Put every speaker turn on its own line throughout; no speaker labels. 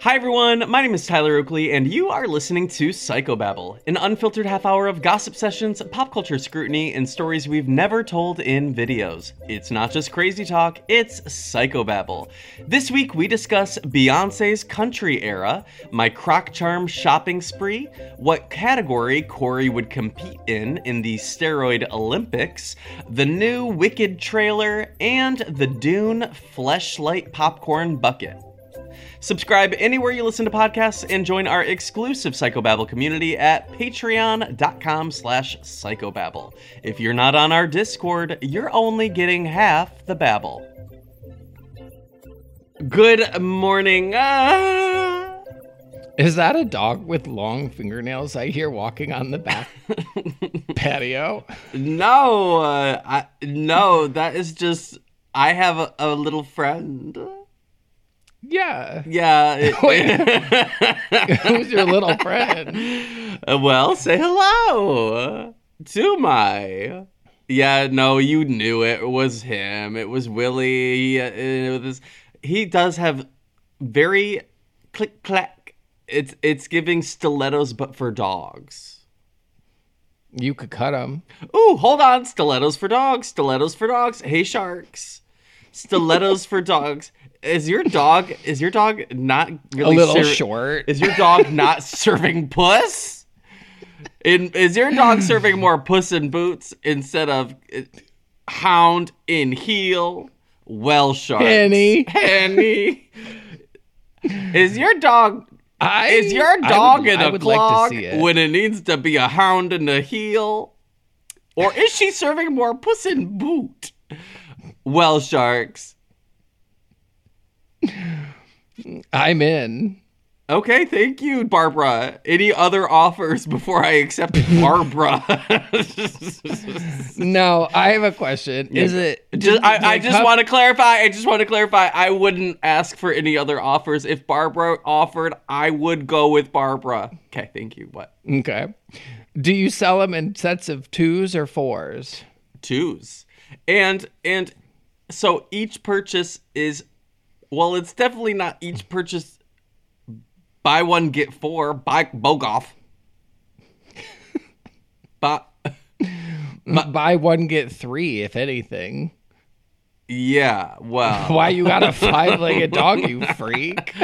Hi everyone, my name is Tyler Oakley, and you are listening to Psychobabble, an unfiltered half hour of gossip sessions, pop culture scrutiny, and stories we've never told in videos. It's not just crazy talk, it's Psychobabble. This week we discuss Beyonce's country era, my croc charm shopping spree, what category Corey would compete in in the steroid Olympics, the new Wicked trailer, and the Dune fleshlight popcorn bucket. Subscribe anywhere you listen to podcasts and join our exclusive Psychobabble community at patreon.com slash psychobabble. If you're not on our Discord, you're only getting half the babble. Good morning. Ah.
Is that a dog with long fingernails I hear walking on the back patio?
No, uh, I, no, that is just, I have a, a little friend.
Yeah.
Yeah. it-
Who's your little friend?
Uh, well, say hello uh, to my. Yeah, no, you knew it was him. It was Willie. Uh, it was- He does have very click clack. It's it's giving stilettos, but for dogs.
You could cut him.
Ooh, hold on. Stilettos for dogs. Stilettos for dogs. Hey, sharks. Stilettos for dogs. Is your dog is your dog not
A
really
little
ser-
short.
Is your dog not serving puss? In, is your dog serving more puss in boots instead of uh, hound in heel? Well, shark.
Penny.
Penny. Is your dog
I,
is your
I
dog
would-
in
I
a
would
clog
like to see it.
when it needs to be a hound in a heel? Or is she serving more puss in boot? Well, sharks.
I'm in.
Okay, thank you, Barbara. Any other offers before I accept Barbara? just,
No, I have a question. Is it
I,
does
I
it
just
come-
want to clarify. I just want to clarify. I wouldn't ask for any other offers. If Barbara offered, I would go with Barbara. Okay, thank you. What?
Okay. Do you sell them in sets of twos or fours?
twos and and so each purchase is well it's definitely not each purchase buy one get four buy bogoff but
Buy one get three, if anything.
yeah wow
Why you got a five-legged dog, you freak?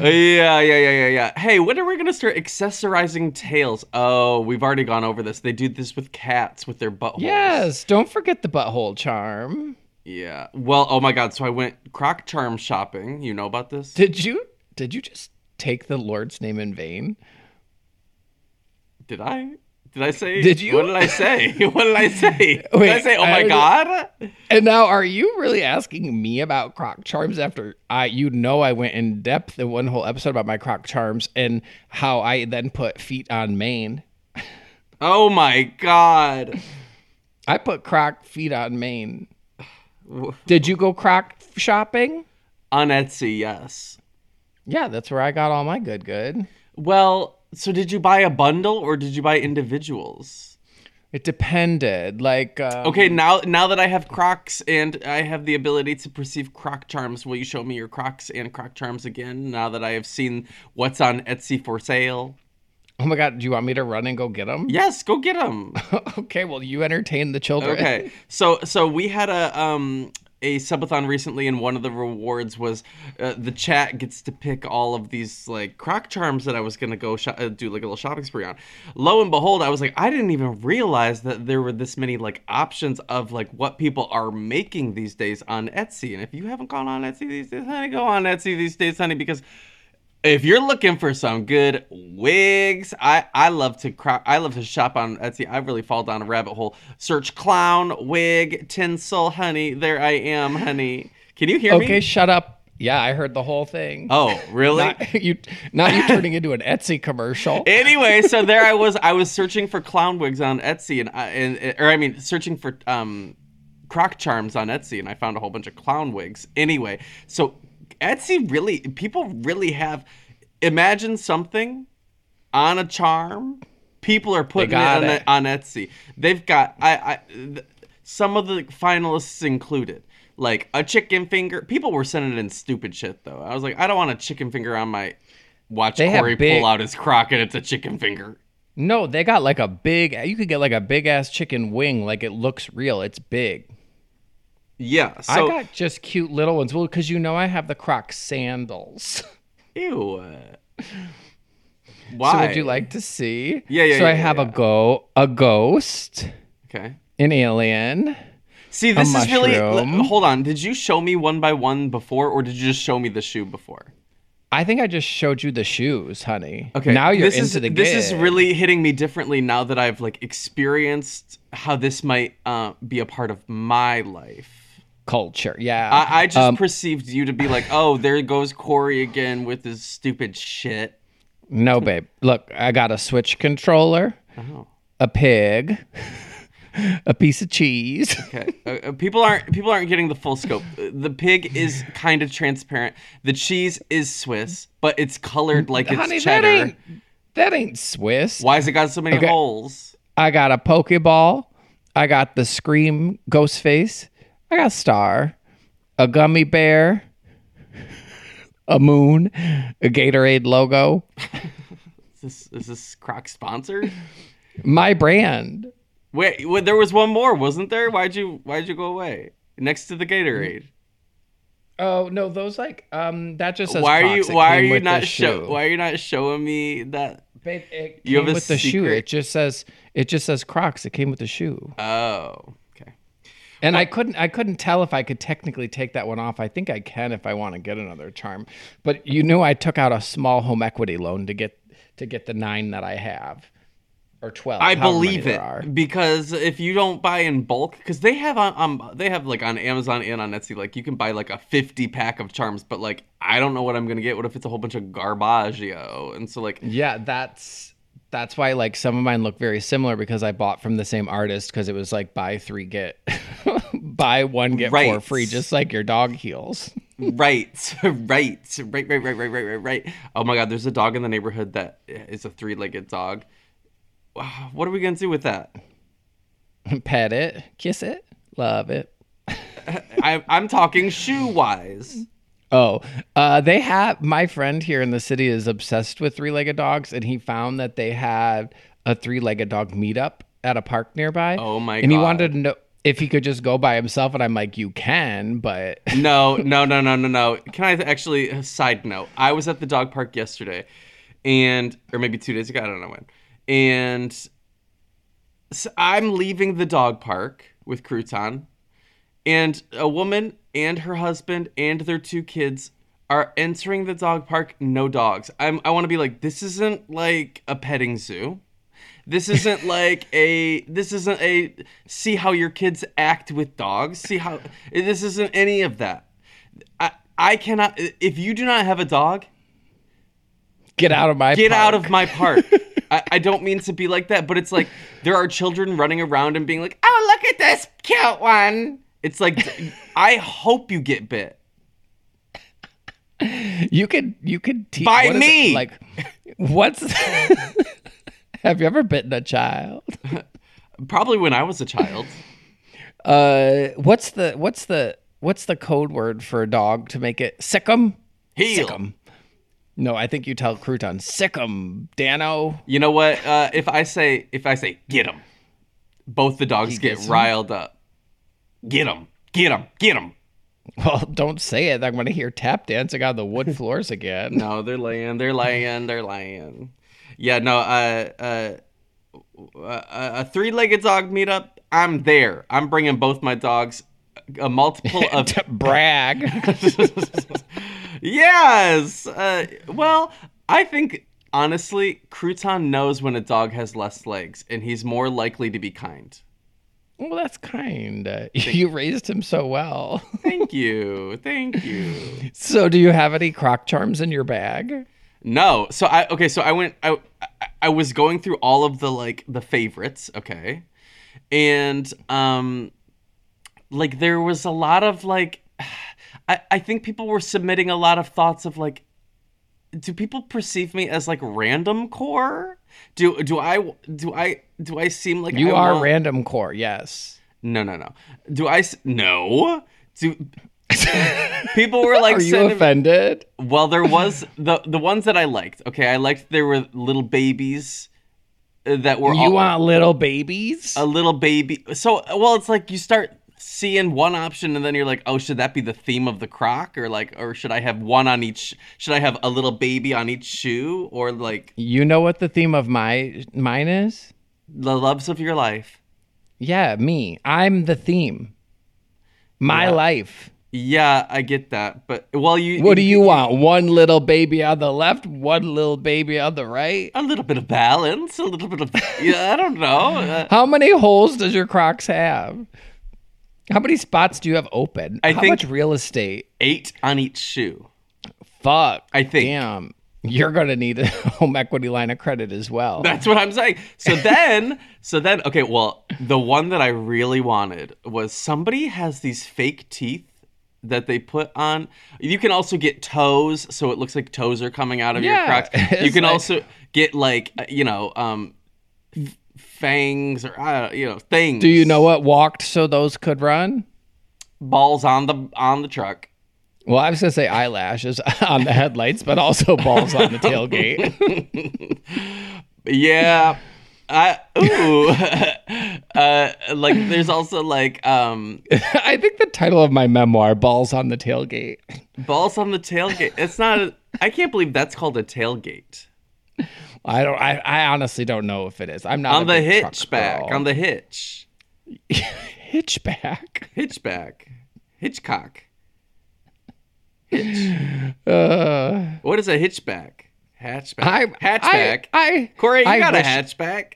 yeah yeah yeah yeah yeah hey when are we gonna start accessorizing tails oh we've already gone over this they do this with cats with their buttholes
Yes, don't forget the butthole charm.
yeah well oh my god so i went croc charm shopping you know about this
Did you did you just take the Lord's name in vain?
Did I? Did I say?
Did you?
What did I say? what did I say? did I
Wait,
say? Oh my
I was-
god!
And now are you really asking me about croc charms after I you know I went in depth in one whole episode about my croc charms and how I then put feet on mane.
Oh my god!
I put croc feet on mane. Did you go croc shopping?
On Etsy, yes.
Yeah, that's where I got all my good good.
Well, so did you buy a bundle or did you buy individuals?
It depended. Like um,
Okay, now now that I have Crocs and I have the ability to perceive Croc charms, will you show me your Crocs and Croc charms again? Now that I have seen what's on Etsy for sale,
Oh my god, do you want me to run and go get them?
yes, go get them.
okay, well you entertain the children.
Okay. So so we had a um a subathon recently, and one of the rewards was uh, the chat gets to pick all of these like croc charms that I was gonna go sho- uh, do like a little shopping spree on. Lo and behold, I was like, I didn't even realize that there were this many like options of like what people are making these days on Etsy. And if you haven't gone on Etsy these days, honey, go on Etsy these days, honey, because if you're looking for some good wigs, I I love to cro- I love to shop on Etsy. I really fall down a rabbit hole. Search clown wig tinsel, honey. There I am, honey. Can you hear
Okay,
me?
shut up. Yeah, I heard the whole thing.
Oh, really?
Not you, not you turning into an Etsy commercial.
anyway, so there I was. I was searching for clown wigs on Etsy, and I, and or I mean, searching for um, croc charms on Etsy, and I found a whole bunch of clown wigs. Anyway, so Etsy really, people really have. Imagine something on a charm. People are putting it
got
on,
it.
on Etsy. They've got I, I th- some of the finalists included. like a chicken finger. People were sending in stupid shit though. I was like, I don't want a chicken finger on my watch.
They have
Corey
big-
pull out his crock and it's a chicken finger.
No, they got like a big. You could get like a big ass chicken wing. Like it looks real. It's big.
Yeah. So
I got just cute little ones. Well, because you know I have the Croc sandals.
ew.
so
Why?
would you like to see?
Yeah, yeah,
So I
yeah,
have
yeah.
a go a ghost,
Okay.
an alien.
See, this is really. l-
mushroom.
Hold on. Did you show me one by one before, or did you just show me the shoe before?
I think I just showed you the shoes, honey. Now you're
this
into
is,
the game.
This is really hitting me differently now that I've like experienced how this might uh, be a part of my life.
culture. Yeah.
I, I just
Um,
perceived you to be like, oh, there goes Corey again with his stupid shit.
no, babe. Look, I got a Switch controller,
Oh.
a pig, a piece of cheese.
Okay. Uh, uh, people aren't people aren't getting the full scope. Uh, The pig is kind of transparent. The cheese is Swiss, but it's colored like it's
honey, that
cheddar.
ain't that ain't Swiss.
Why's it got so many
Okay.
holes?
I got a Pokeball. I got the Scream Ghostface. I got Star, a gummy bear, a moon, a Gatorade logo.
Is this is this Croc sponsored?
My brand.
Wait, wait, there was one more, wasn't there? Why'd you why'd you go away? Next to the Gatorade.
Mm-hmm. Oh no, those like um that just says
Why are you
Crocs. It
why are
came
you
with
not
the
show
shoe.
why are you not showing me that?
Babe, it
You have
came
a
with the shoe.
secret-
It just says it just says Crocs. It came with the shoe.
Oh, okay.
And I couldn't I couldn't tell if I could technically take that one off. I think I can if I want to get another charm. But you knew I took out a small home equity loan to get to get the 9 that I have or 12.
I
however many
believe
there
it
are.
because if you don't buy in bulk, because they have on um, they have like on Amazon and on Etsy, like you can buy like a fifty pack of charms, but like I don't know what I'm gonna get. What if it's a whole bunch of garbaggio? And so like
Yeah, that's that's why like some of mine look very similar because I bought from the same artist because it was like buy 3 get buy 1 get
Right.
4 free just like your dog heels.
Right, right, right, right, right, right, right, right, right. Oh my God, there's a dog in the neighborhood that is a three-legged dog. Wow, What are we gonna do with that?
Pet it, kiss it, love it.
I, I'm talking shoe-wise.
Oh, uh, they have my friend here in the city is obsessed with three legged dogs, and he found that they had a three legged dog meetup at a park nearby.
Oh my
And he
God.
wanted to know if he could just go by himself, and I'm like, you can, but
No, no, no, no, no, no. Can I actually? a Side note: I was at the dog park yesterday, and or maybe two days ago. I don't know when. And so I'm leaving the dog park with Crouton, and a woman and her husband and their two kids are entering the dog park. No dogs. I'm. I want to be like this isn't like a petting zoo. This isn't like a this isn't a see how your kids act with dogs. See how this isn't any of that. I I cannot if you do not have a dog,
get out of my
get out
park.
of my park. I, I don't mean to be like that, but it's like there are children running around and being like, "Oh, look at this cute one." It's like I hope you get bit.
You could you could teach
By
what is it?
me!
Like, what's have you ever bitten a child?
Probably when I was a child.
Uh, what's the what's the what's the code word for a dog to make it sick 'em?
Heel.
Sick 'em. No, I think you tell Crouton, sick 'em, Dano.
You know what? Uh, if I say if I say get him, both the dogs get
gets 'em?
riled up. Get him. Get him. Get him.
Well, don't say it. I'm going to hear tap dancing on the wood floors again.
No, they're laying, they're laying, they're laying. Yeah, no, uh, uh, a- a, a three-legged dog meetup. I'm there. I'm bringing both my dogs. A multiple of
To brag.
yes. Uh, well, I think honestly, Crouton knows when a dog has less legs, and he's more likely to be kind.
well, that's kind. You raised him so well.
Thank you. Thank you.
So, do you have any croc charms in your bag?
No. So I okay. So I went. I I- I was going through all of the like the favorites. Okay, and um, like there was a lot of like, I I think people were submitting a lot of thoughts of like, do people perceive me as like random core? Do do I do I do I seem like
You
I
are
want-
random core, yes.
no, no, no. Do I s- no? See, people were like,
Are you
sending me-
offended?
well, there was the the ones that I liked. Okay, I liked there were little babies uh, that were
You
all,
want little babies?
a little baby. So, well, it's like you start seeing one option and then you're like, "Oh, should that be the theme of the croc or like or should I have one on each should I have a little baby on each shoe or like
you know what the theme of my mine is?
the loves of your life?"
Yeah, me. I'm the theme. My
Yeah.
life.
Yeah, I get that. But well, you
What do you want? One little baby on the left, one little baby on the right.
a little bit of balance, a little bit of yeah, I don't know. Uh,
How many holes does your Crocs have? How many spots do you have open?
I
How
think-
much real estate?
8 on each shoe.
Fuck.
I think.
Damn. You're gonna need a home equity line of credit as well.
That's what I'm saying. So then, so then, okay, well, the one that I really wanted was somebody has these fake teeth that they put on. You can also get toes, so it looks like toes are coming out of
Yeah,
your crotch. You
it's
can
like-
also get like, uh, you know, um, f- fangs or uh, you know things.
do you know what walked so those could run?
balls on the on the truck?
Well, I was gonna say eyelashes on the headlights, but also balls on the tailgate.
Yeah. I ooh. uh, like there's also like um
I think the title of my memoir, Balls on the Tailgate.
Balls on the tailgate. It's not. A, I can't believe that's called a tailgate.
I don't I, I honestly don't know if it is. I'm not
On
a
the
big truck
hitchback.
girl.
On the hitch.
hitchback.
Hitchback. Hitchcock.
Uh,
What is a hitchback? Hatchback.
I
hatchback.
I, I
Corey, you
I
got
wish-
a hatchback.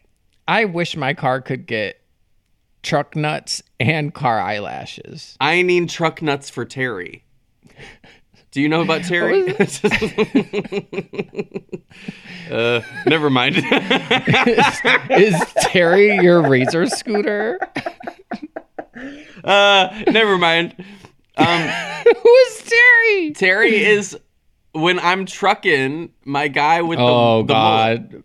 I wish my car could get truck nuts and car eyelashes.
I need truck nuts for Terry. Do you know about Terry? uh, never mind.
is, is Terry your razor scooter?
uh, never mind. Um,
Who is Terry?
Terry is when I'm trucking my guy with the
Oh
the mole.
God,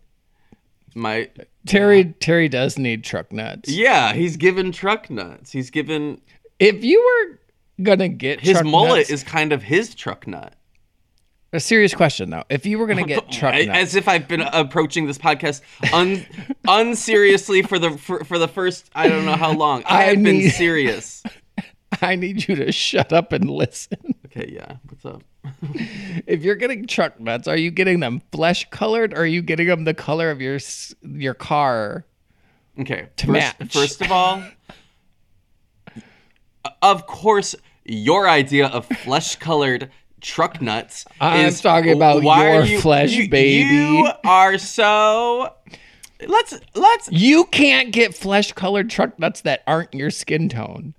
my
Terry Terry does need truck nuts.
yeah he's given truck nuts he's given
If you were gonna get
his
truck
mullet
nuts-
is kind of his truck nut
a serious question though. If you were gonna get truck
I-
nuts,
as if I've been approaching this podcast un unseriously for the for, for the first I don't know how long I
I
have been
need-
serious
I need you to shut up and listen.
okay yeah what's up
If you're getting truck nuts, are you getting them flesh colored or are you getting them the color of your s- your car?
okay
match.
first, first of all of course your idea of flesh colored truck nuts
I'm
is
talking about
why are
your
you-
flesh,
you-
baby.
you are so let's let's
You can't get flesh colored truck nuts that aren't your skin tone.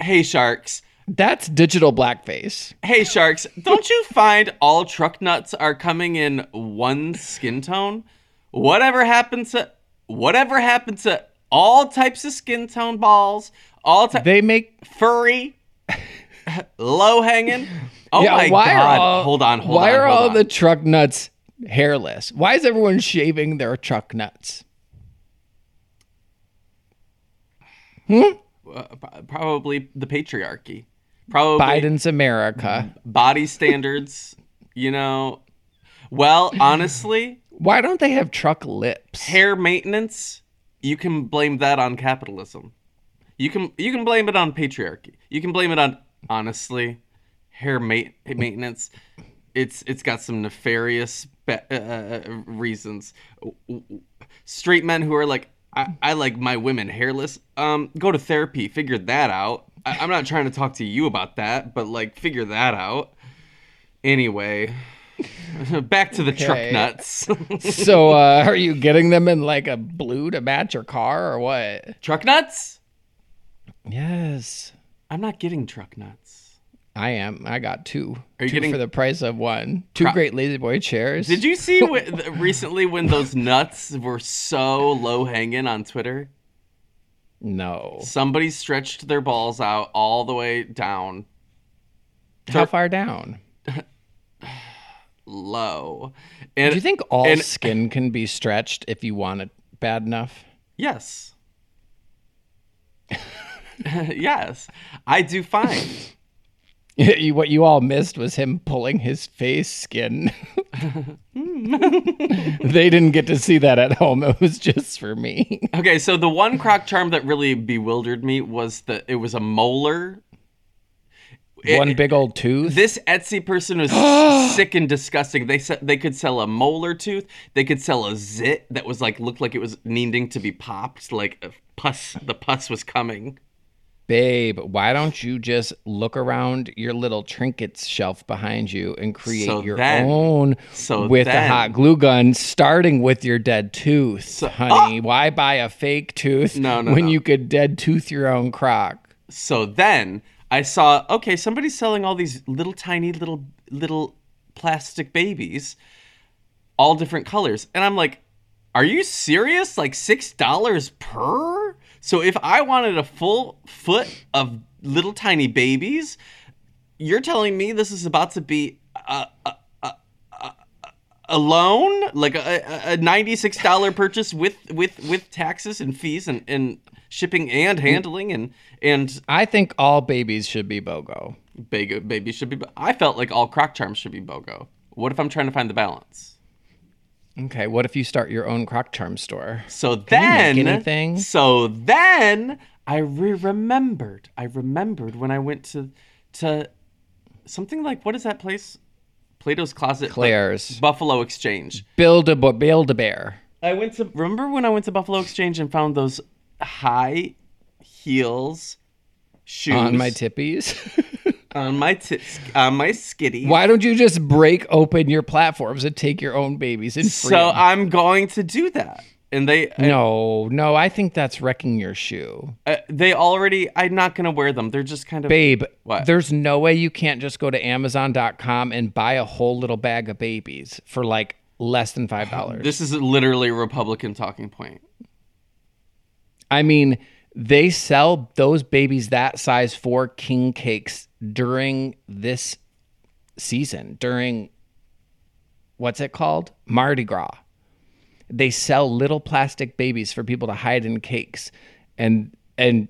hey sharks
That's digital blackface.
Hey sharks, don't you find all truck nuts are coming in one skin tone? Whatever happens to whatever happened to all types of skin tone balls, all type
They make
furry, low hanging. Oh
yeah,
my
why
god.
Are all,
hold on, hold
why
on.
are
hold
all
on.
the truck nuts hairless? Why is everyone shaving their truck nuts?
Uh, p- probably the patriarchy. Probably
Biden's America.
body standards, you know. Well, honestly,
Why don't they have truck lips?
hair maintenance you can blame that on capitalism you can you can blame it on patriarchy you can blame it on honestly hair ma- maintenance it's it's got some nefarious be- uh, uh, uh, reasons W- w- straight men who are like I, I like my women hairless um go to therapy figure that out I, i'm not trying to talk to you about that but like figure that out anyway back to the truck
Okay.
nuts
so uh, are you getting them in like a blue to match your car or what?
truck nuts
Yes.
I'm not getting truck nuts.
I am. I got two.
Are you
two
getting-
for the price of one. Two
Pro-
great lazy boy chairs.
Did you see wh- th- recently when those nuts were so low hanging on Twitter?
No.
Somebody stretched their balls out all the way down
How far down?
low.
Do
And
you think all
and-
skin can be stretched if you want it bad enough?
yes. yes, I do fine.
You- what you all missed was him pulling his face skin. they didn't get to see that at home. It was just for me.
Okay, so the one croc charm that really bewildered me was that it was a molar. It-
One big old tooth.
This Etsy person was s- sick and disgusting. They said they could sell a molar tooth. They could sell a zit that was like looked like it was needing to be popped. Like a pus, the pus was coming.
Babe, why don't you just look around your little trinkets shelf behind you and create
So
your
then-
own
so
with a
then-
hot glue gun, starting with your dead tooth, honey? Why buy a fake tooth
ah! No, no,
when
no.
you could dead tooth your own croc?
So then I saw okay, somebody's selling all these little tiny little little plastic babies, all different colors, and I'm like, are you serious? Like six dollars per? So if I wanted a full foot of little tiny babies, you're telling me this is about to be uh, a a, a- a- a loan, uh, like a, a- a ninety-six dollar purchase with with with taxes and fees and and shipping and handling and and
I think all babies should be BOGO.
Bago baby should be. I felt like all croc charms should be bogo. What if I'm trying to find the balance?
Okay, what if you start your own croc charm store?
So
Can
then,
you make anything?
so then I re- remembered. I remembered when I went to to something like what is that place? Plato's Closet, but
Claire's.
Buffalo Exchange.
Build a bo- build a bear.
I went to remember when I went to Buffalo Exchange and found those high heels shoes
on my tippies.
on my ti- on my skitty.
Why don't you just break open your platforms and take your own babies and free
So
'em?
I'm going to do that. And they
no, no, I think that's wrecking your shoe,
uh, they already I'm not going to wear them. They're just kind of
babe.
What?
There's no way you can't just go to Amazon.com and buy a whole little bag of babies for like less than five dollars.
This is literally a Republican talking point.
I mean, they sell those babies that size for king cakes during this season, during what's it called? Mardi Gras. They sell little plastic babies for people to hide in cakes. And and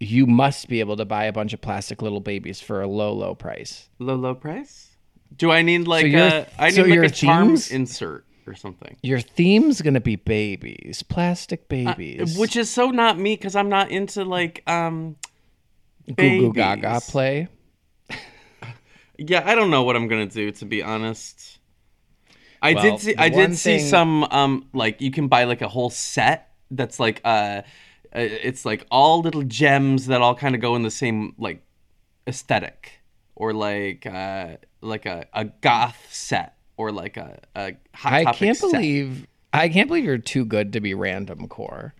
you must be able to buy a bunch of plastic little babies for a low, low price.
Low low price? Do I need like
your-
a I need
so
like
your
a charms
themes?
insert or something?
Your theme's gonna be babies, plastic babies.
Uh, Which is so not me cuz I'm not into like um
Goo Goo Gaga
babies.
play.
Yeah, I don't know what I'm gonna do to be honest. I
Well,
did see
the
I
one
did see
thing-
some um like you can buy like a whole set that's like uh uh, it's like all little gems that all kind of go in the same like aesthetic or like uh like a, a goth set or like a, a hot
I
topic
can't
set.
believe I can't believe you're too good to be random core.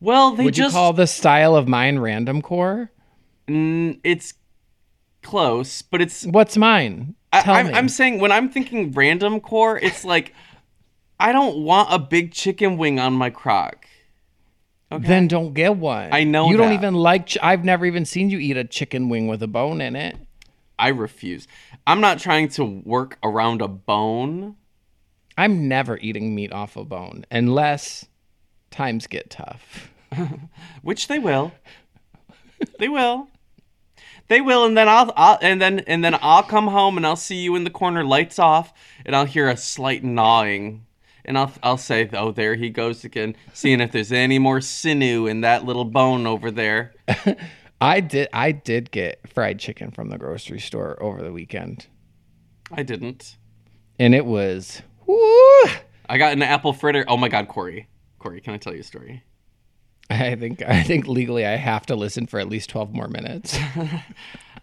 Well, they
Would
just
you call the style of mine random core?
Mm, it's close, but it's
What's mine? Tell
I, I'm,
me.
I'm saying when I'm thinking random core, it's like I don't want a big chicken wing on my crock.
Then don't get one.
I know
you don't
that.
even like. Ch- I've never even seen you eat a chicken wing with a bone in it.
I refuse. I'm not trying to work around a bone.
I'm never eating meat off a bone unless times get tough.
which they will. they will. They will, and then I'll, I'll and then and then I'll come home and I'll see you in the corner, lights off, and I'll hear a slight gnawing, and I'll I'll say, oh, there he goes again, seeing if there's any more sinew in that little bone over there.
I did. I did get fried chicken from the grocery store over the weekend,
I didn't.
and it was. woo!
I got an apple fritter. Oh my God, Corey, Corey, can I tell you a story?
I think. I think legally, I have to listen for at least twelve more minutes.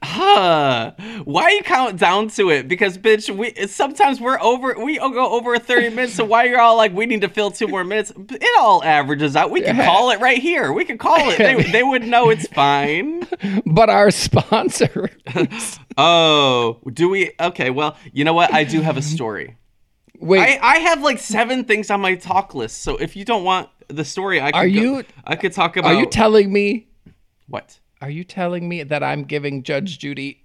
Huh. Why you count down to it? Because bitch, we sometimes we're over. We go over thirty minutes. So why you're all like, we need to fill two more minutes? It all averages out. We can call it right here. We can call it. They, they would know it's fine.
but our sponsor.
Oh, do we? Okay. Well, you know what? I do have a story.
Wait,
I, I have like seven things on my talk list. So if you don't want the story, I could
Are
go-
you-
I could talk about
are you telling me?
what?
Are you telling me that I'm giving Judge Judy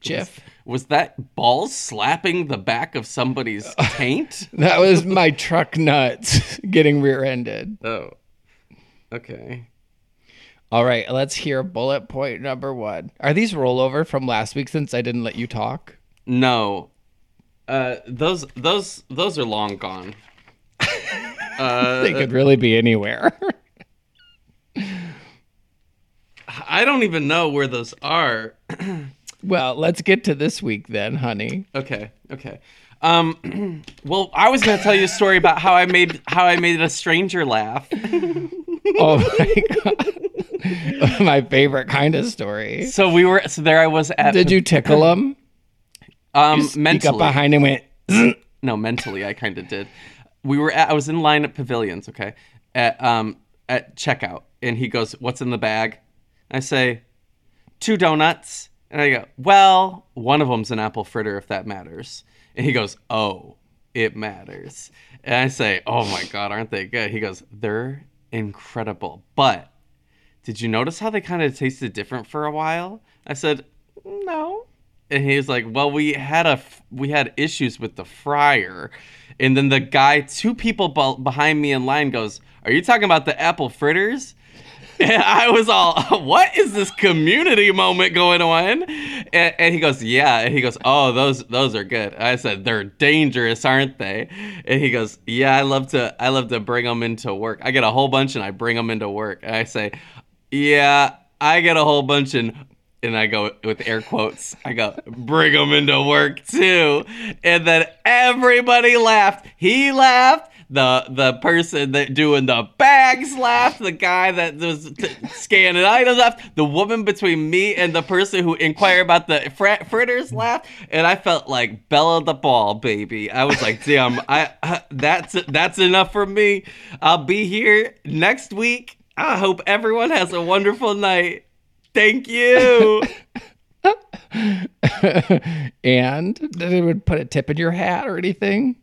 Jiff?
Was that ball slapping the back of somebody's taint?
That was my truck nuts getting rear-ended.
Oh. Okay.
All right, let's hear bullet point number one. Are these rollover from last week since I didn't let you talk?
No. Uh, those those those are long gone.
They
Uh,
could really be anywhere.
I don't even know where those are.
well, let's get to this week then, honey.
Okay. Okay. Um, well, I was gonna tell you a story about how I made how I made a stranger laugh.
Oh my god. my favorite kind of story.
So we were so there I was at
Did you tickle him?
um
Sneak
mentally
up behind and went, "Zzz."
no mentally I kind of did. We were at I was in line at Pavilions, okay, at um at checkout, and he goes, "What's in the bag?" I say, two donuts. And I go, well, one of them's an apple fritter if that matters. And he goes, oh, it matters. And I say, oh my God, aren't they good? He goes, they're incredible. But did you notice how they kind of tasted different for a while? I said, no. And he was like, well, we had a f- we had issues with the fryer. And then the guy, two people be- behind me in line goes, are you talking about the apple fritters? And I was all, what is this community moment going on? And, and he goes, yeah. And he goes, oh, those those are good. I said, they're dangerous, aren't they? And he goes, yeah. I love to I love to bring them into work. I get a whole bunch and I bring them into work. And I say, yeah, I get a whole bunch and and I go with air quotes. I go, bring them into work too. And then everybody laughed. He laughed. The the person that doing the bags laughed. The guy that was t- scanning items laughed. The woman between me and the person who inquired about the fr- fritters laughed. And I felt like Bella the Ball, baby. I was like, damn, I, I that's that's enough for me. I'll be here next week. I hope everyone has a wonderful night. Thank you.
and did it would put a tip in your hat or anything?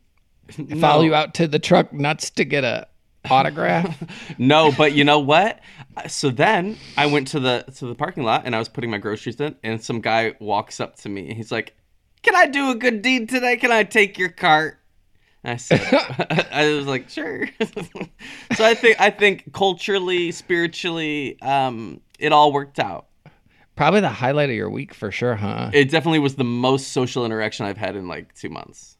Follow you out to the truck nuts to get a autograph?
no, but you know what? So then I went to the to the parking lot and I was putting my groceries in, and some guy walks up to me and he's like, "Can I do a good deed today? Can I take your cart?" And I said, "I was like, sure." so I think I think culturally, spiritually, um, it all worked out.
Probably the highlight of your week for sure, huh?
It definitely was the most social interaction I've had in like two months.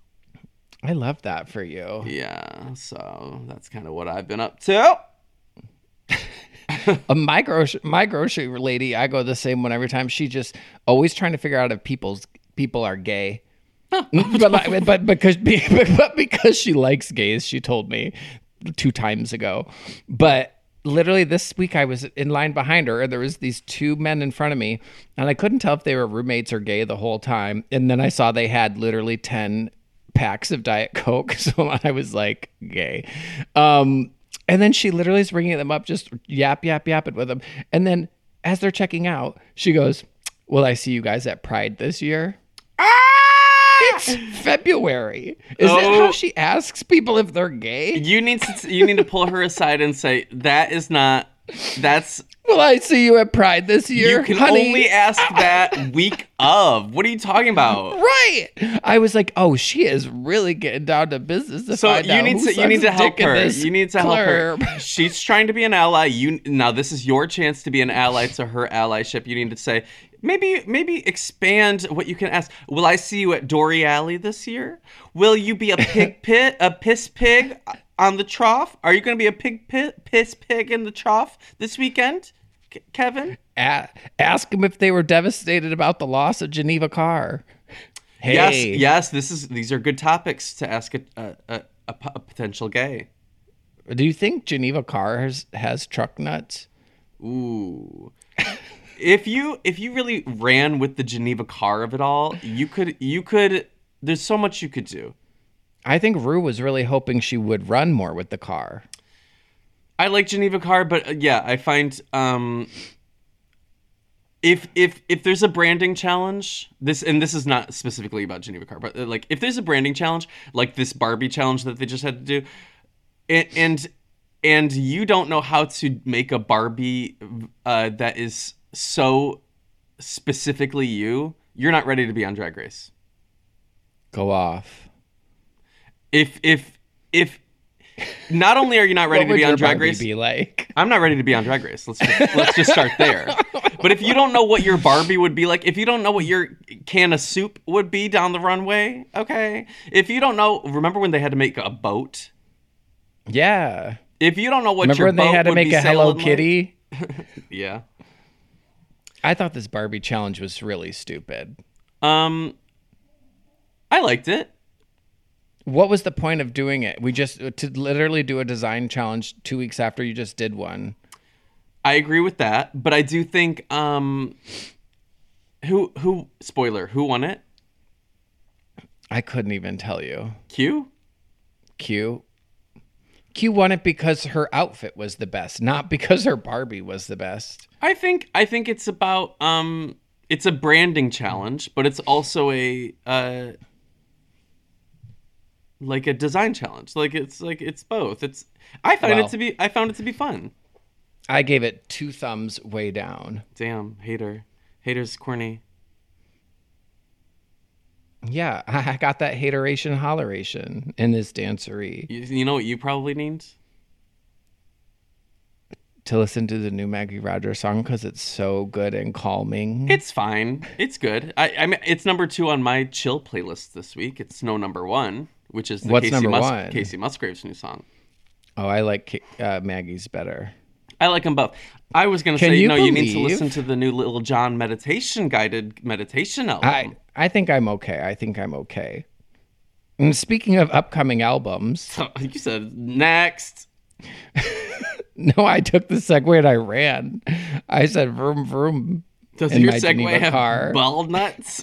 I love that for you.
Yeah, so that's kind of what I've been up to.
Uh, my grocery my grocery lady, I go the same one every time. She just always trying to figure out if people's people are gay. but, like, but because but because she likes gays, she told me two times ago. But literally this week I was in line behind her and there was these two men in front of me and I couldn't tell if they were roommates or gay the whole time. And then I saw they had literally 10 packs of Diet Coke. So I was like, gay. Um, and then she literally is ringing them up, just yap, yap, yap it with them. And then as they're checking out, she goes, Will I see you guys at Pride this year? It's February. Is that
Oh.
how she asks people if they're gay?
You need to you need to pull her aside and say that is not that's
Will I see you at Pride this year?
you can
honey?"
only ask that week of. What are you talking about?
Right. I was like, oh, she is really getting down to business. To
So
find
you
out
need
who
to you need to
sucks
help
dick in
her.
this
You need to help her.
club.
She's trying to be an ally. You now this is your chance to be an ally to her allyship. You need to say maybe maybe expand what you can ask. Will I see you at Dory Alley this year? Will you be a pig pit a piss pig on the trough? Are you going to be a pig pit piss pig in the trough this weekend, K- Kevin?
A- ask them if they were devastated about the loss of Geneva Carr. Hey,
Yes, yes. This is these are good topics to ask a a, a, a po- a potential gay.
do you think Geneva Carr has, has truck nuts?
Ooh. if you if you really ran with the Geneva car of it all, you could you could. There's so much you could do.
I think Rue was really hoping she would run more with the car.
I like Geneva car, but uh, yeah, I find um. If, if if there's a branding challenge, this and this is not specifically about Geneva Car, but uh, like if there's a branding challenge, like this Barbie challenge that they just had to do, and and, and you don't know how to make a Barbie uh, that is so specifically you, you're not ready to be on Drag Race.
Go off.
If if if Not only are you not ready
What
to
would
be on
your
Drag
Barbie
Race,
be like?
I'm not ready to be on Drag Race. Let's let's just start there. But if you don't know what your Barbie would be like, if you don't know what your can of soup would be down the runway, okay. If you don't know, remember when they had to make a boat?
Yeah.
If you don't know what
Remember
your
when they
boat
had to
would
make
be
a Hello
sailing like-
Kitty?
yeah.
I thought this Barbie challenge was really stupid.
Um, I liked it.
What was the point of doing it? We just to literally do a design challenge two weeks after you just did one.
I agree with that, but I do think um, who who spoiler who won it?
I couldn't even tell you.
Q.
Q. Q won it because her outfit was the best, not because her Barbie was the best.
I think I think it's about um it's a branding challenge, but it's also a uh like a design challenge. Like it's like it's both. It's I find
Wow.
it to be I found it to be fun.
I gave it two thumbs way down.
Damn, hater. Hater's corny.
Yeah, I I got that hateration holleration in this dancery
You, you know what you probably need?
to listen to the new Maggie Rogers song because it's so good and calming.
It's fine. It's good. I I mean it's number 2 on my chill playlist this week. It's no number 1, which is the
What's
Casey,
number
Mus-
one?
Casey Musgrave's new song.
oh, I like Ki- uh, Maggie's better.
I like them both. I was gonna
Can
say
you
no. You need to
believe-
listen to the new Little John meditation guided meditation album.
I I think I'm okay. I think I'm okay. And speaking of upcoming albums,
you said next.
no, I took the segue and I ran. I said vroom vroom.
Does
In
your
my
Segway
Geneva
have
car.
walnuts,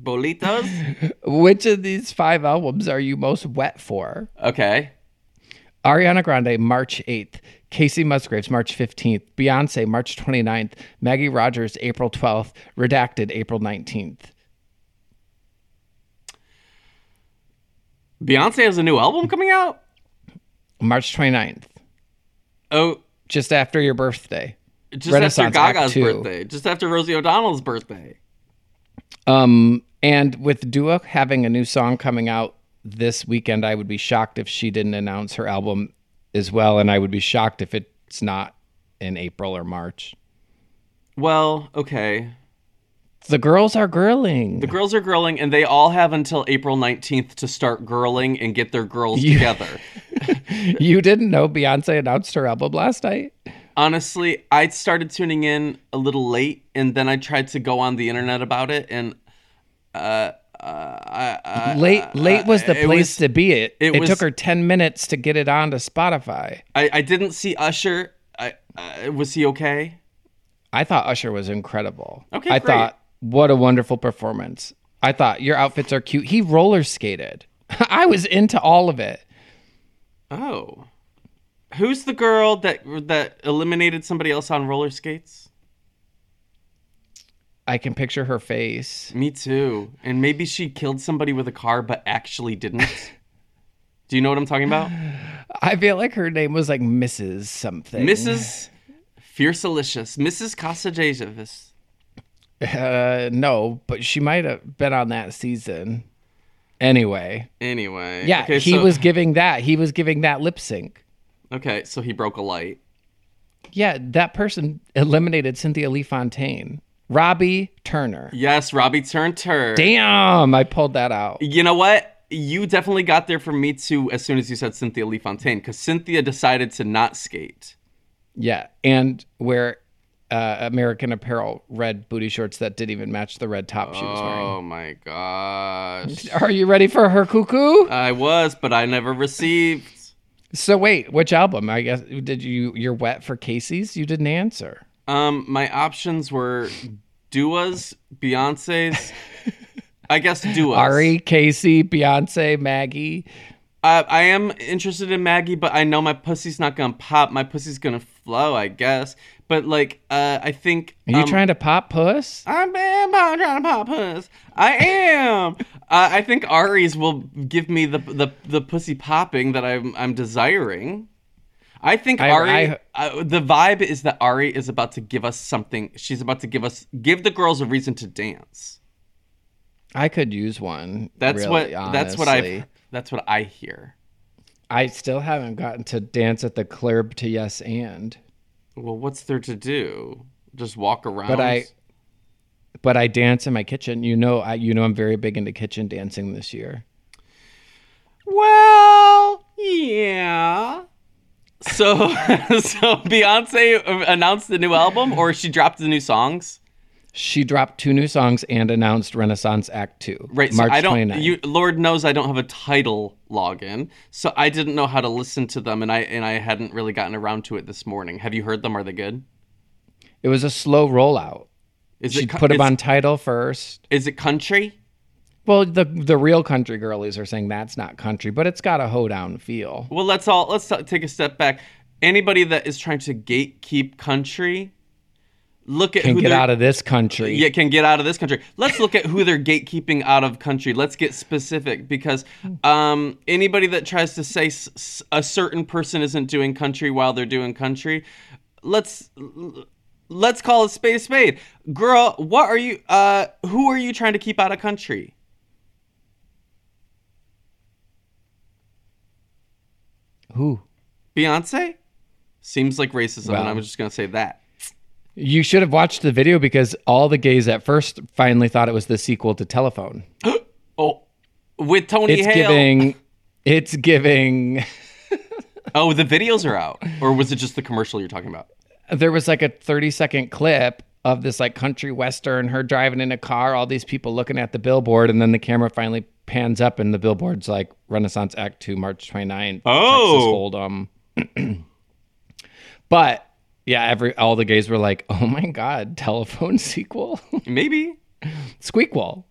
bolitos?
Which of these five albums are you most wet for?
Okay.
Ariana Grande, March 8th. Casey Musgraves, March 15th. Beyonce, March 29th. Maggie Rogers, April 12th. Redacted, April 19th.
Beyonce has a new album coming out.
March 29th,
Oh,
just after your birthday.
just after
Renaissance Act
Gaga's
Two.
birthday, just after Rosie O'Donnell's birthday.
Um, and with Dua having a new song coming out this weekend, I would be shocked if she didn't announce her album as well, and I would be shocked if it's not in April or March.
Well, okay.
The girls are girling.
The girls are girling, and they all have until April nineteenth to start girling and get their girls together.
you didn't know Beyonce announced her album last night?
Honestly, I started tuning in a little late, and then I tried to go on the internet about it, and
late, late was the
Uh, it
place
was-
to be. It.
it
It,
was-
took her ten minutes to get it onto Spotify.
I, I didn't see Usher. I, I was he okay?
I thought Usher was incredible.
Okay,
I
great.
thought what a wonderful performance. I thought your outfits are cute. He roller skated. I was into all of it.
Oh, who's the girl that that eliminated somebody else on roller skates?
I can picture her face.
Me too. And maybe she killed somebody with a car, but actually didn't. Do you know what I'm talking about?
I feel like her name was like Mrs. something.
Mrs. Fiercelicious, Mrs. Casajavis.
Uh, no, but she might have been on that season. Anyway,
Anyway,
yeah,
okay,
he
so-
was giving that. He was giving that lip sync.
okay. So he broke a light.
Yeah, that person eliminated Cynthia Lee Fontaine, Robbie Turner.
Yes, Robbie turned her.
Damn, I pulled that out.
You know what? You definitely got there from me too as soon as you said Cynthia Lee Fontaine, because Cynthia decided to not skate.
Yeah, and wear uh, American Apparel red booty shorts that didn't even match the red top she was wearing.
Oh my gosh.
Are you ready for her cuckoo?
I was, but I never received.
So wait, which album? I guess did you you're wet for Casey's? You didn't answer.
Um, my options were Dua's, Beyonce's. I guess Dua's.
Ari, Casey, Beyonce, Maggie.
Uh, I am interested in Maggie, but I know my pussy's not gonna pop. My pussy's gonna flow, I guess. But like, uh, I think
Are you
um,
trying to pop puss?
I'm bad about trying to pop puss. I am. uh, I think Ari's will give me the the, the pussy popping that I'm I'm desiring. I think
I-
Ari.
I-
uh, the vibe is that Ari is about to give us something. She's about to give us give the girls a reason to dance.
I could use one.
That's
really,
what. That's what I.
honestly.
That's what I hear.
I still haven't gotten to dance at the club to yes and.
Well, what's there to do? Just walk around.
But I but I dance in my kitchen. You know I you know I'm very big into kitchen dancing this year.
Well, yeah. So so Beyonce announced the new album or she dropped the new songs?
She dropped two new songs and announced Renaissance Act 2.
Right,
March
so I don't
29.
you Lord knows I don't have a title login. So I didn't know how to listen to them and I and I hadn't really gotten around to it this morning. Have you heard them? Are they good?
it was a slow rollout.
Is
She
co-
put them
is-
on title first.
Is it country?
Well, the the real country girlies are saying that's not country, but it's got a hoedown feel.
Well, let's all let's t- take a step back. Anybody that is trying to gatekeep country, look at
Can
who
get
they're-
out of this country.
yeah can get out of this country. Let's look at who they're gatekeeping out of country. Let's get specific because um, anybody that tries to say s- s- a certain person isn't doing country while they're doing country, let's let's call a spade a spade. Girl, what are you? Uh, who are you trying to keep out of country?
Who?
Beyonce? Seems like racism, and
Well.
I was just gonna say that.
You should have watched the video because all the gays at first finally thought it was the sequel to Telephone.
Oh, with Tony
It's
Hale.
giving. It's giving.
Oh, the videos are out, or was it just the commercial you're talking about?
There was like a 30 second clip of this like country western, her driving in a car, all these people looking at the billboard, and then the camera finally pans up and the billboard's like Renaissance Act 2, March 29, Texas
Oh.
Hold'em. but yeah, every all the gays were like, "Oh my god, telephone sequel,
Maybe,
squeakquel."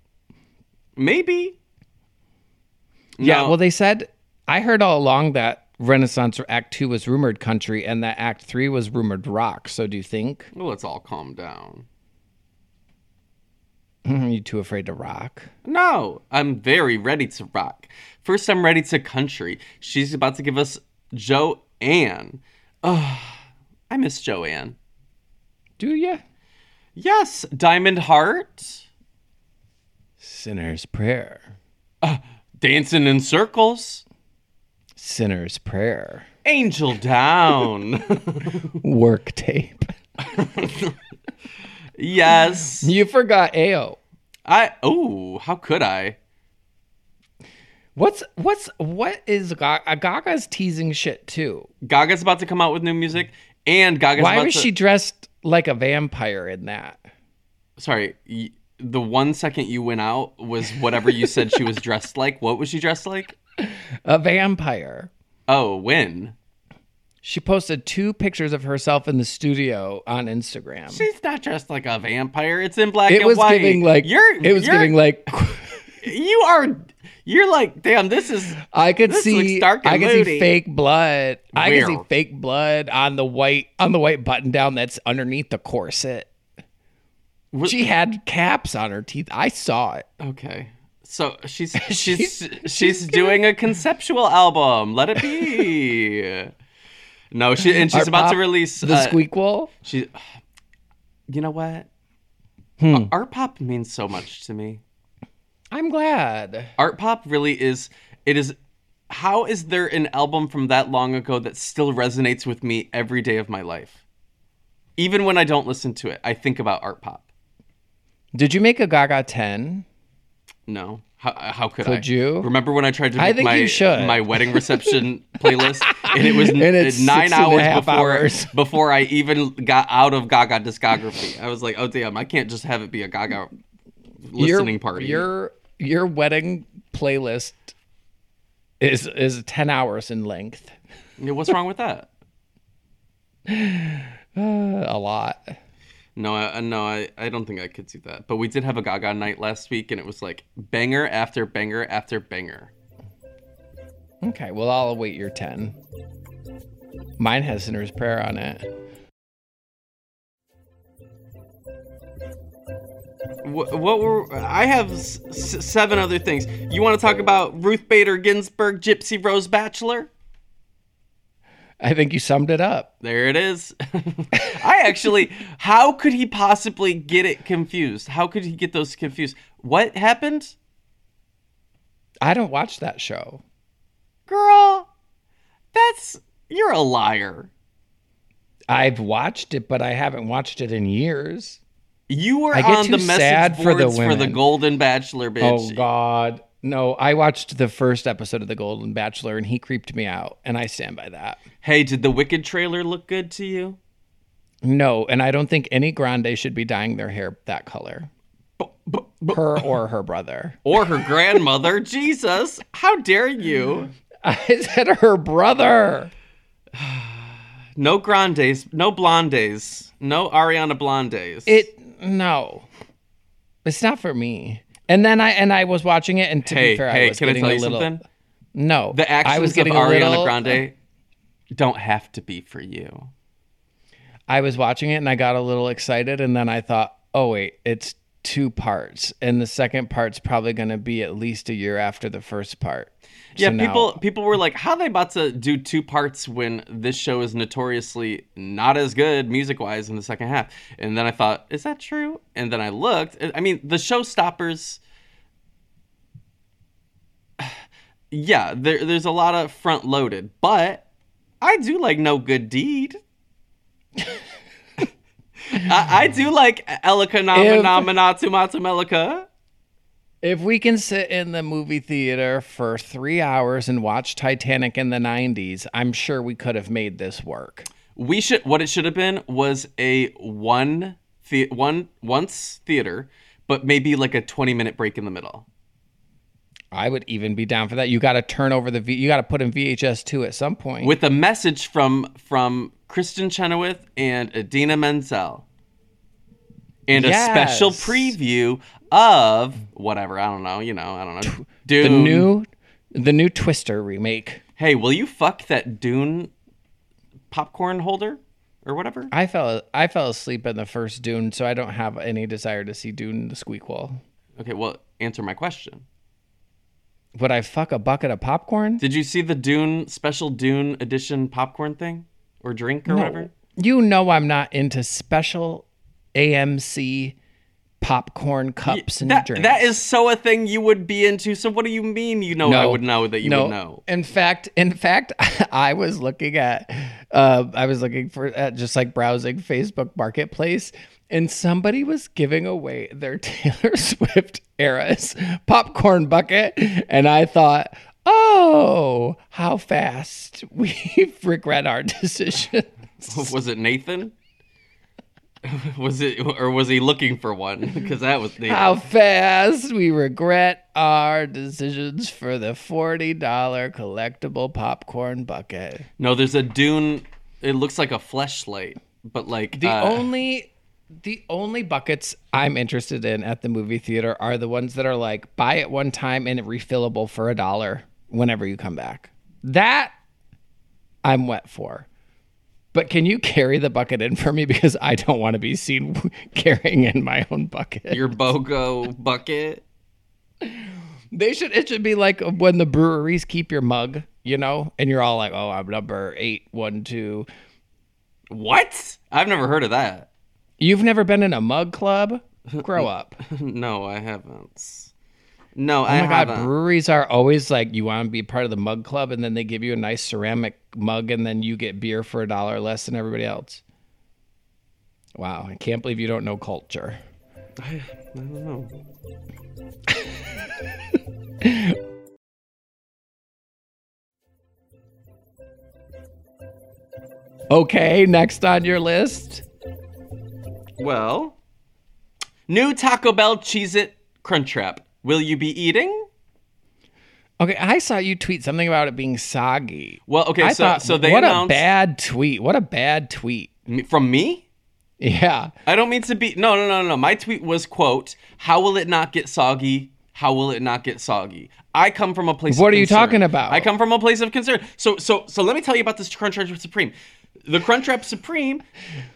maybe.
Yeah,
No.
well, they said I heard all along that Renaissance Act Two was rumored country, and that Act Three was rumored rock. So, do you think
Well, let's all calm down.
"Hmm, you too afraid to rock?
No, I'm very ready to rock. First, I'm ready to country. She's about to give us Joanne. Ugh, I miss Joanne.
Do you?
Yes, Diamond Heart,
Sinner's prayer,
dancing in circles,
sinner's prayer,
angel down.
work tape.
yes,
You forgot Ao.
I. Oh, how could I?
What's what's what is Gaga? Gaga's teasing shit too.
Gaga's about to come out with new music, and Gaga's
Why
about
was
to,
she dressed like a vampire in that?
Sorry, y- the one second you went out was whatever you said she was dressed like. What was she dressed like?
A vampire.
Oh, when?
She posted two pictures of herself in the studio on Instagram.
She's not dressed like a vampire. It's in black
it
and
was
white.
giving like
you're.
it was
you're-
giving like
You are. You're like, damn. This is.
I could
This
see
looks dark and
I could
moody.
see fake blood. I could see
Where?
fake blood on the white on the white button down that's underneath the corset.
Wha-
She had caps on her teeth. I saw it.
Okay. So she's she's
She's-
she's, doing a conceptual album. Let it be. No, she and she's
Our
about to
pop-
release
The
uh,
squeakquel.
She, you know what?
Hmm.
Art pop means so much to me.
I'm glad.
Art pop really is. It is. How is there an album from that long ago that still resonates with me every day of my life? Even when I don't listen to it, I think about art pop.
Did you make a Gaga 10?
No, how, how could, I?
Could you?
remember when I tried to make
I think
my
you should.
my wedding reception playlist, and it was n-
And it's
nine
six and a
hours
half
before
hours.
before I even got out of Gaga discography. I was like, oh damn, I can't just have it be a Gaga listening
your,
party.
Your your wedding playlist is is 10 hours in length.
Yeah, What's wrong with that?
Uh, a lot.
No, I, I- no, I, I don't think I could do that. But we did have a Gaga night last week, and it was like banger after banger after banger.
Okay, well, I'll await your 10. Mine has Sinner's Prayer on it.
What, what were I have s- s- seven other things. You want to talk about Ruth Bader Ginsburg, Gypsy Rose Bachelor?
I think you summed it up.
There it is. I actually, how could he possibly get it confused? How could he get those confused? What happened,
I don't watch that show.
girl? That's you're a liar.
I've watched it, but I haven't watched it in years.
You were
I get
on
too
the message
sad for the
boards for the
women.
Golden Bachelor, bitch.
Oh God, no! I watched the first episode of The Golden Bachelor, and he creeped me out, and I stand by that.
Hey, did the Wicked trailer look good to you?
No, and I don't think any grande should be dyeing their hair that color, her or her brother.
Or her grandmother? Jesus, how dare you?
I said her brother.
No grandes, no blondes, no Ariana Blondes.
It no, it's not for me. And then I and I was watching it, and to
hey,
be fair, I
hey,
was
can I
getting
tell
a
you
little.
something?
No,
The actions
I was getting
of
a
Ariana
little, uh,
Grande don't have to be for you.
I was watching it and I got a little excited, and then I thought, oh wait, it's two parts, and the second part's probably going to be at least a year after the first part.
Yeah,
So now-
people people were like, "How are they about to do two parts when this show is notoriously not as good music wise in the second half?" And then I thought, "Is that true?" And then I looked. I mean, the showstoppers. Yeah, there, there's a lot of front loaded, but I do like No Good Deed. I, I do like Elika Nama
If-
Nama Na Tumata Melika.
If we can sit in the movie theater for three hours and watch Titanic in the 90s, I'm sure we could have made this work.
we should what it should have been was a one the, one once theater but maybe like a 20 minute break in the middle
I would even be down for that. You got to turn over the V. You got to put in VHS two at some point.
with a message from from kristen chenoweth and adina menzel and
Yes.
a special preview of whatever i don't know you know i don't know
the
dune
new, the new Twister remake.
hey will you fuck that dune popcorn holder or whatever
I fell I fell asleep in the first Dune, so I don't have any desire to see Dune the Squeakquel.
okay well answer my question
Would I fuck a bucket of popcorn?
did you see the dune special dune edition popcorn thing or drink or whatever
You know I'm not into special AMC popcorn cups and
That,
drinks.
that is so a thing you would be into. So what do you mean you know I would know that you
no.
would know?
In fact, in fact, I was looking at, uh, I was looking for at just like browsing Facebook Marketplace, and somebody was giving away their Taylor Swift Eras popcorn bucket, and I thought, oh, how fast we regret our decision.
Was it Nathan? was it or was he looking for one? Because that was Nathan.
How fast we regret our decisions for the $40 collectible popcorn bucket.
No, there's a dune. It looks like a fleshlight, but like
The
uh,
only the only buckets I'm interested in at the movie theater are the ones that are like buy it one time and it refillable for a dollar whenever you come back. That I'm wet for. But can you carry the bucket in for me because I don't want to be seen carrying in my own bucket.
your bogo bucket.
They should it should be like when the breweries keep your mug, you know, and you're all like, "Oh, I'm number 812."
What? I've never heard of that.
You've never been in a mug club? Grow up.
no, I haven't. No, I
Oh my god,
haven't.
breweries are always like you want to be part of the mug club and then they give you a nice ceramic mug and then you get beer for a dollar less than everybody else. Wow, I can't believe you don't know culture.
I don't know.
Okay, next on your list.
Well, new Taco Bell Cheez It Crunchwrap. Will you be eating?
Okay, I saw you tweet something about it being soggy.
Well, okay,
I
so
thought
so they
what
announced
a bad tweet. What a bad tweet.
M- from me.
Yeah.
I don't mean to be no no no no. My tweet was quote How will it not get soggy? How will it not get soggy? I come from a place.
What
of
are you
concern.
talking about?
I come from a place of concern. So so so let me tell you about this Crunchwrap Supreme. The Crunchwrap Supreme,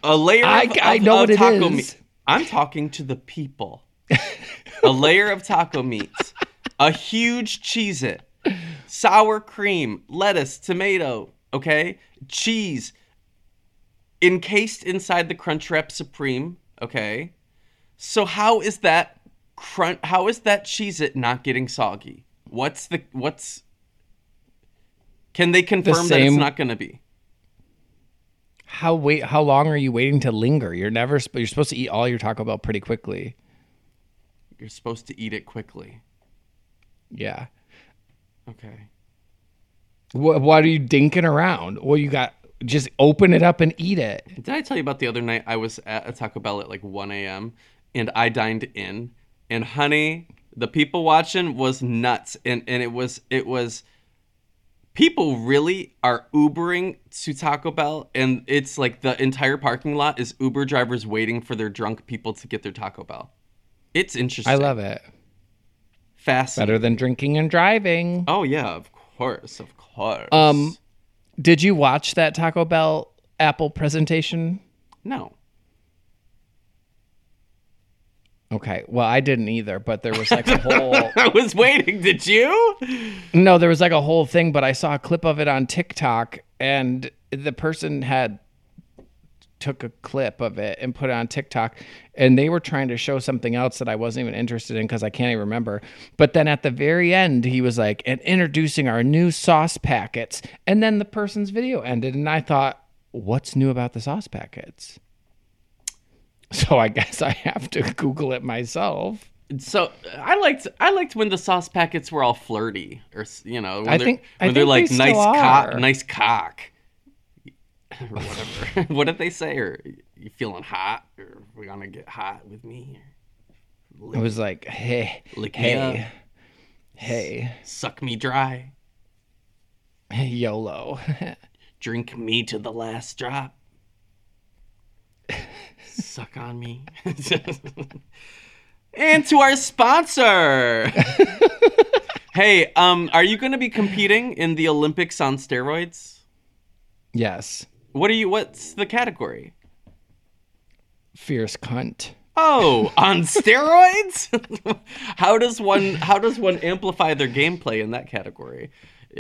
a layer
I-
of,
I
of-
know
of
what it
taco
is.
meat. I'm talking to the people. a layer of taco meat, a huge cheese it, sour cream, lettuce, tomato, okay, cheese encased inside the Crunchwrap Supreme, okay. So how is that crunch? How is that cheese it not getting soggy? What's the what's? Can they confirm that it's
same-
not going to be?
How wait? How long are you waiting to linger? You're never. sp- You're supposed to eat all your Taco Bell pretty quickly.
You're supposed to eat it quickly.
Yeah.
Okay.
What, what are you dinking around? Well, you got just open it up and eat it.
Did I tell you about the other night I was at a Taco Bell at like 1 a.m. and I dined in and honey, the people watching was nuts and and it was it was people really are Ubering to Taco Bell and it's like the entire parking lot is Uber drivers waiting for their drunk people to get their Taco Bell. It's interesting.
I love it.
fascinating.
Better than drinking and driving.
Oh yeah, of course, of course.
Um, Did you watch that Taco Bell Apple presentation?
no.
Okay. Well, I didn't either, but there was like a whole
I was waiting. Did you?
No, there was like a whole thing, but I saw a clip of it on TikTok and the person had took a clip of it and put it on TikTok and they were trying to show something else that I wasn't even interested in cuz I can't even remember. But then at the very end he was like and introducing our new sauce packets and then the person's video ended and I thought what's new about the sauce packets? So I guess I have to google it myself.
So I liked I liked when the sauce packets were all flirty, or s- you know, when
I
they're,
think- I
when they're
think
like
they
nice
still
cock,
are.
nice cock, or whatever. what did they say? Or you feeling hot? Or we're gonna get hot with me?
It was like hey
Lick me
hey hey
Suck me dry.
YOLO.
Drink me to the last drop. Suck on me. and to our sponsor. hey, um, are you going to be competing in the Olympics on steroids?
yes.
What are you? What's the category?
Fierce cunt.
Oh, on steroids? how does one how does one amplify their gameplay in that category?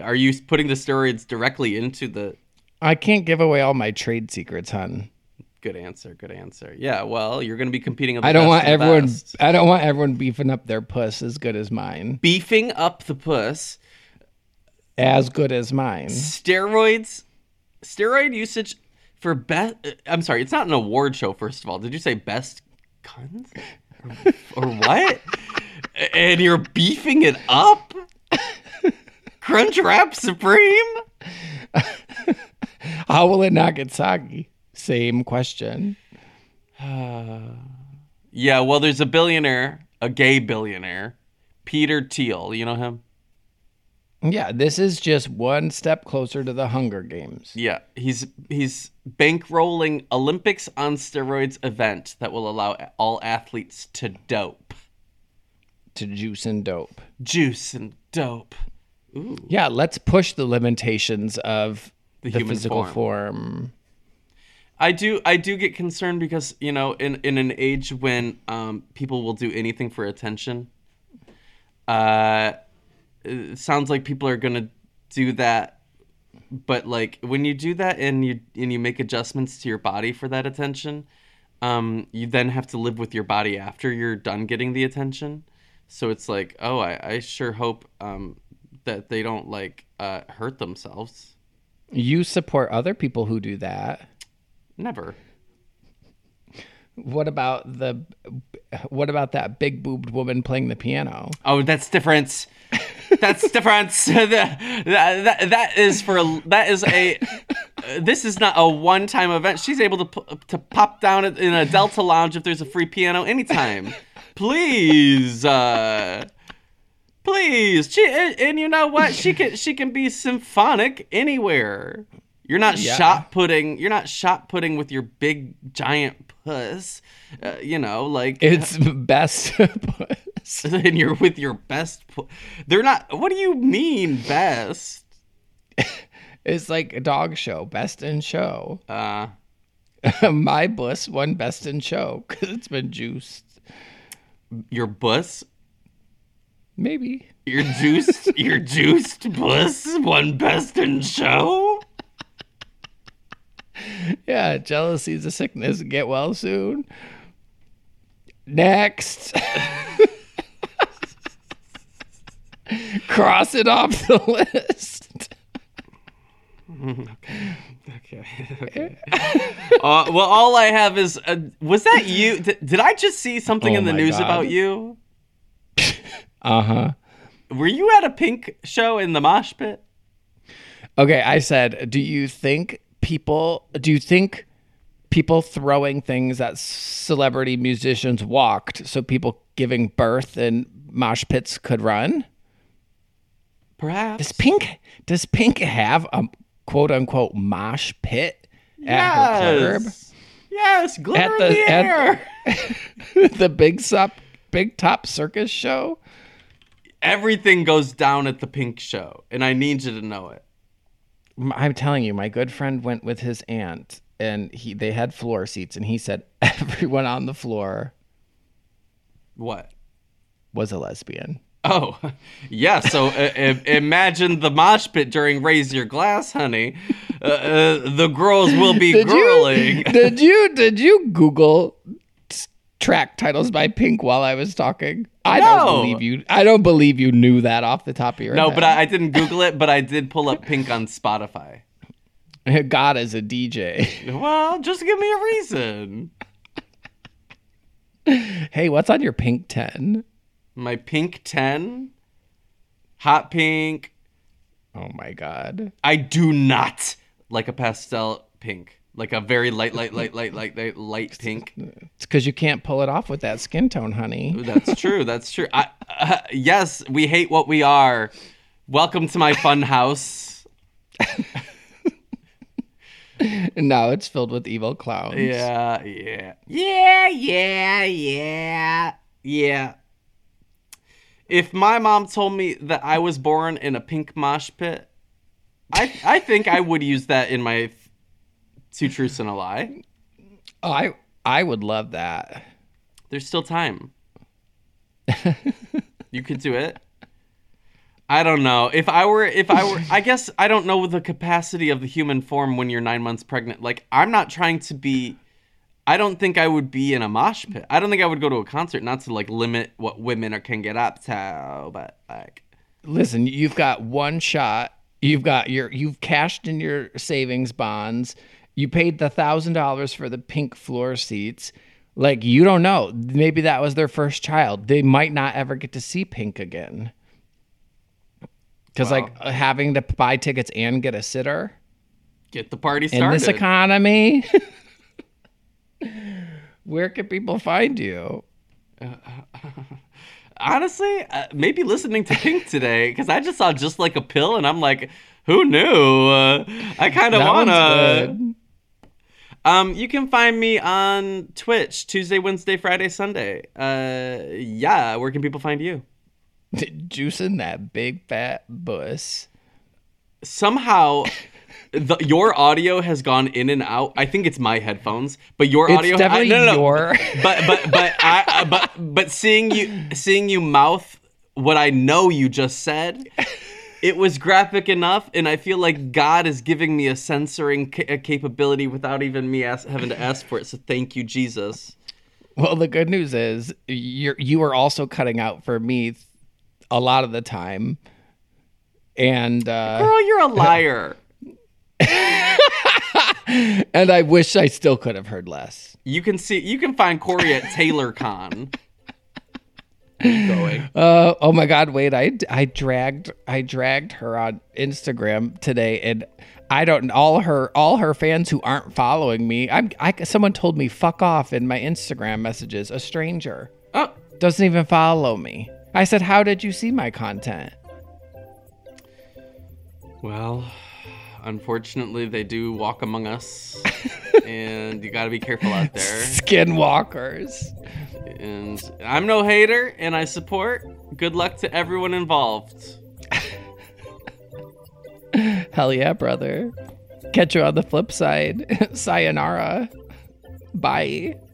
Are you putting the steroids directly into the
I can't give away all my trade secrets, hun.
Good answer. Good answer. Yeah. Well, you're going to be competing. with The
I don't
best
want
of the
everyone
best.
I don't want everyone beefing up their puss as good as mine.
beefing up the puss.
As good as mine.
Steroids. Steroid usage for best. uh, I'm sorry. It's not an award show. First of all, did you say best guns or, or what? and you're beefing it up. Crunchwrap Supreme.
How will it not get soggy? Same question.
Yeah. Well, there's a billionaire, a gay billionaire, Peter Thiel. You know him.
Yeah, this is just one step closer to the Hunger Games.
Yeah, he's he's bankrolling Olympics on steroids event that will allow all athletes to dope,
To juice and dope.
juice and dope.
Yeah, let's push the limitations of the,
human
physical
form.
form.
I do I do get concerned because you know in in an age when um, people will do anything for attention, uh, it sounds like people are gonna do that. But like when you do that and you and you make adjustments to your body for that attention, um, you then have to live with your body after you're done getting the attention. So it's like, oh, I, I sure hope um, that they don't like uh, hurt themselves.
You support other people who do that.
Never.
What about the what about that big boobed woman playing the piano?
Oh, that's different. That's different. that, that, that is for that is a. This is not a one-time event. She's able to p- to pop down in a Delta lounge if there's a free piano anytime. Please, uh, please. She and, and you know what? She can she can be symphonic anywhere. You're not
Yeah.
shot putting. You're not shot putting with your big giant puss. Uh, you know, like
It's best.
and you're with your best. Pl- They're not. What do you mean best?
it's like a dog show, best in show.
Uh,
My bus won best in show because it's been juiced.
your bus,
Maybe.
your juiced, your juiced bus won best in show.
Yeah, jealousy's a sickness. Get well soon. Next. Cross it off the list.
Okay. okay. uh, well, all I have is uh, was that you? Th- did I just see something
Oh
in the
my
news
God.
about you?
Uh huh.
Were you at a pink show in the mosh pit?
Okay, I said, do you think people do you think people throwing things at celebrity musicians walked so people giving birth in mosh pits could run?
Perhaps.
Does Pink does Pink have a quote unquote mosh pit at her club?
Yes. Yes, glitter
At
in
the-
the
at-
air.
the big sup big top circus show?
Everything goes down at the pink show, and I need you to know it.
M- I'm telling you, my good friend went with his aunt and he they had floor seats and he said everyone on the floor
What?
was a lesbian.
Oh, yeah. So uh, i- imagine the mosh pit during Raise Your Glass, honey. Uh, uh, the girls will be girling.
you did you did you Google s- track titles by Pink while I was talking? I
No.
don't believe you. I don't believe you knew that off the top of your
No,
head.
but I, I didn't Google it, but I did pull up Pink on Spotify.
I God is a DJ.
Well, just give me a reason.
hey, what's on your Pink ten?
My Pink 10, Hot Pink.
Oh my God!
I do not like a pastel pink, like a very light, light, light, light, light, light, light pink.
It's because you can't pull it off with that skin tone, honey.
That's true. That's true. I, uh, yes, we hate what we are. Welcome to my fun house.
No, it's filled with evil clowns.
Yeah, yeah. Yeah, yeah, yeah. Yeah. If my mom told me that I was born in a pink mosh pit, I I think I would use that in my two truths and a lie.
Oh, I I would love that.
There's still time. you could do it. I don't know. If I were if I were I guess I don't know the capacity of the human form when you're 9 months pregnant. Like I'm not trying to be I don't think I would be in a mosh pit. I don't think I would go to a concert not to like limit what women are, can get up to, but like
Listen, you've got one shot. You've got your you've cashed in your savings bonds. You paid the thousand dollars for the pink floor seats. Like you don't know. Maybe that was their first child. They might not ever get to see pink again. Because
Wow.
like having to buy tickets and get a sitter
get the party
in
started.
this economy. Where can people find you?
Honestly, uh, maybe listening to Pink today because I just saw just like a pill and I'm like, who knew? Uh, I kind of
That one's
wanna.
good.
Um, you can find me on Twitch Tuesday, Wednesday, Friday, Sunday. Uh, yeah. Where can people find you?
Juicing that big fat bus.
Somehow, the, your audio has gone in and out. I think it's my headphones, but your
It's
audio. I-
definitely
no, no, no.
your.
But but but I uh, but but seeing you seeing you mouth what I know you just said. It was graphic enough, and I feel like God is giving me a censoring ca- a capability without even me ask, having to ask for it. So thank you, Jesus.
Well, the good news is you're you are also cutting out for me th- a lot of the time, and uh,
Girl, you're a liar.
and I wish I still could have heard less.
You can see you can find Corey at TaylorCon. going.
Uh, oh my God! Wait, I I dragged I dragged her on Instagram today, and I don't all her all her fans who aren't following me. I'm I someone told me fuck off in my Instagram messages. A stranger
Oh,
doesn't even follow me. I said, how did you see my content?
well, unfortunately, they do walk among us, and you got to be careful out there.
Skinwalkers.
And I'm no hater, and I support. Good luck to everyone involved.
Hell yeah, brother. Catch you on the flip side. Sayonara. Bye.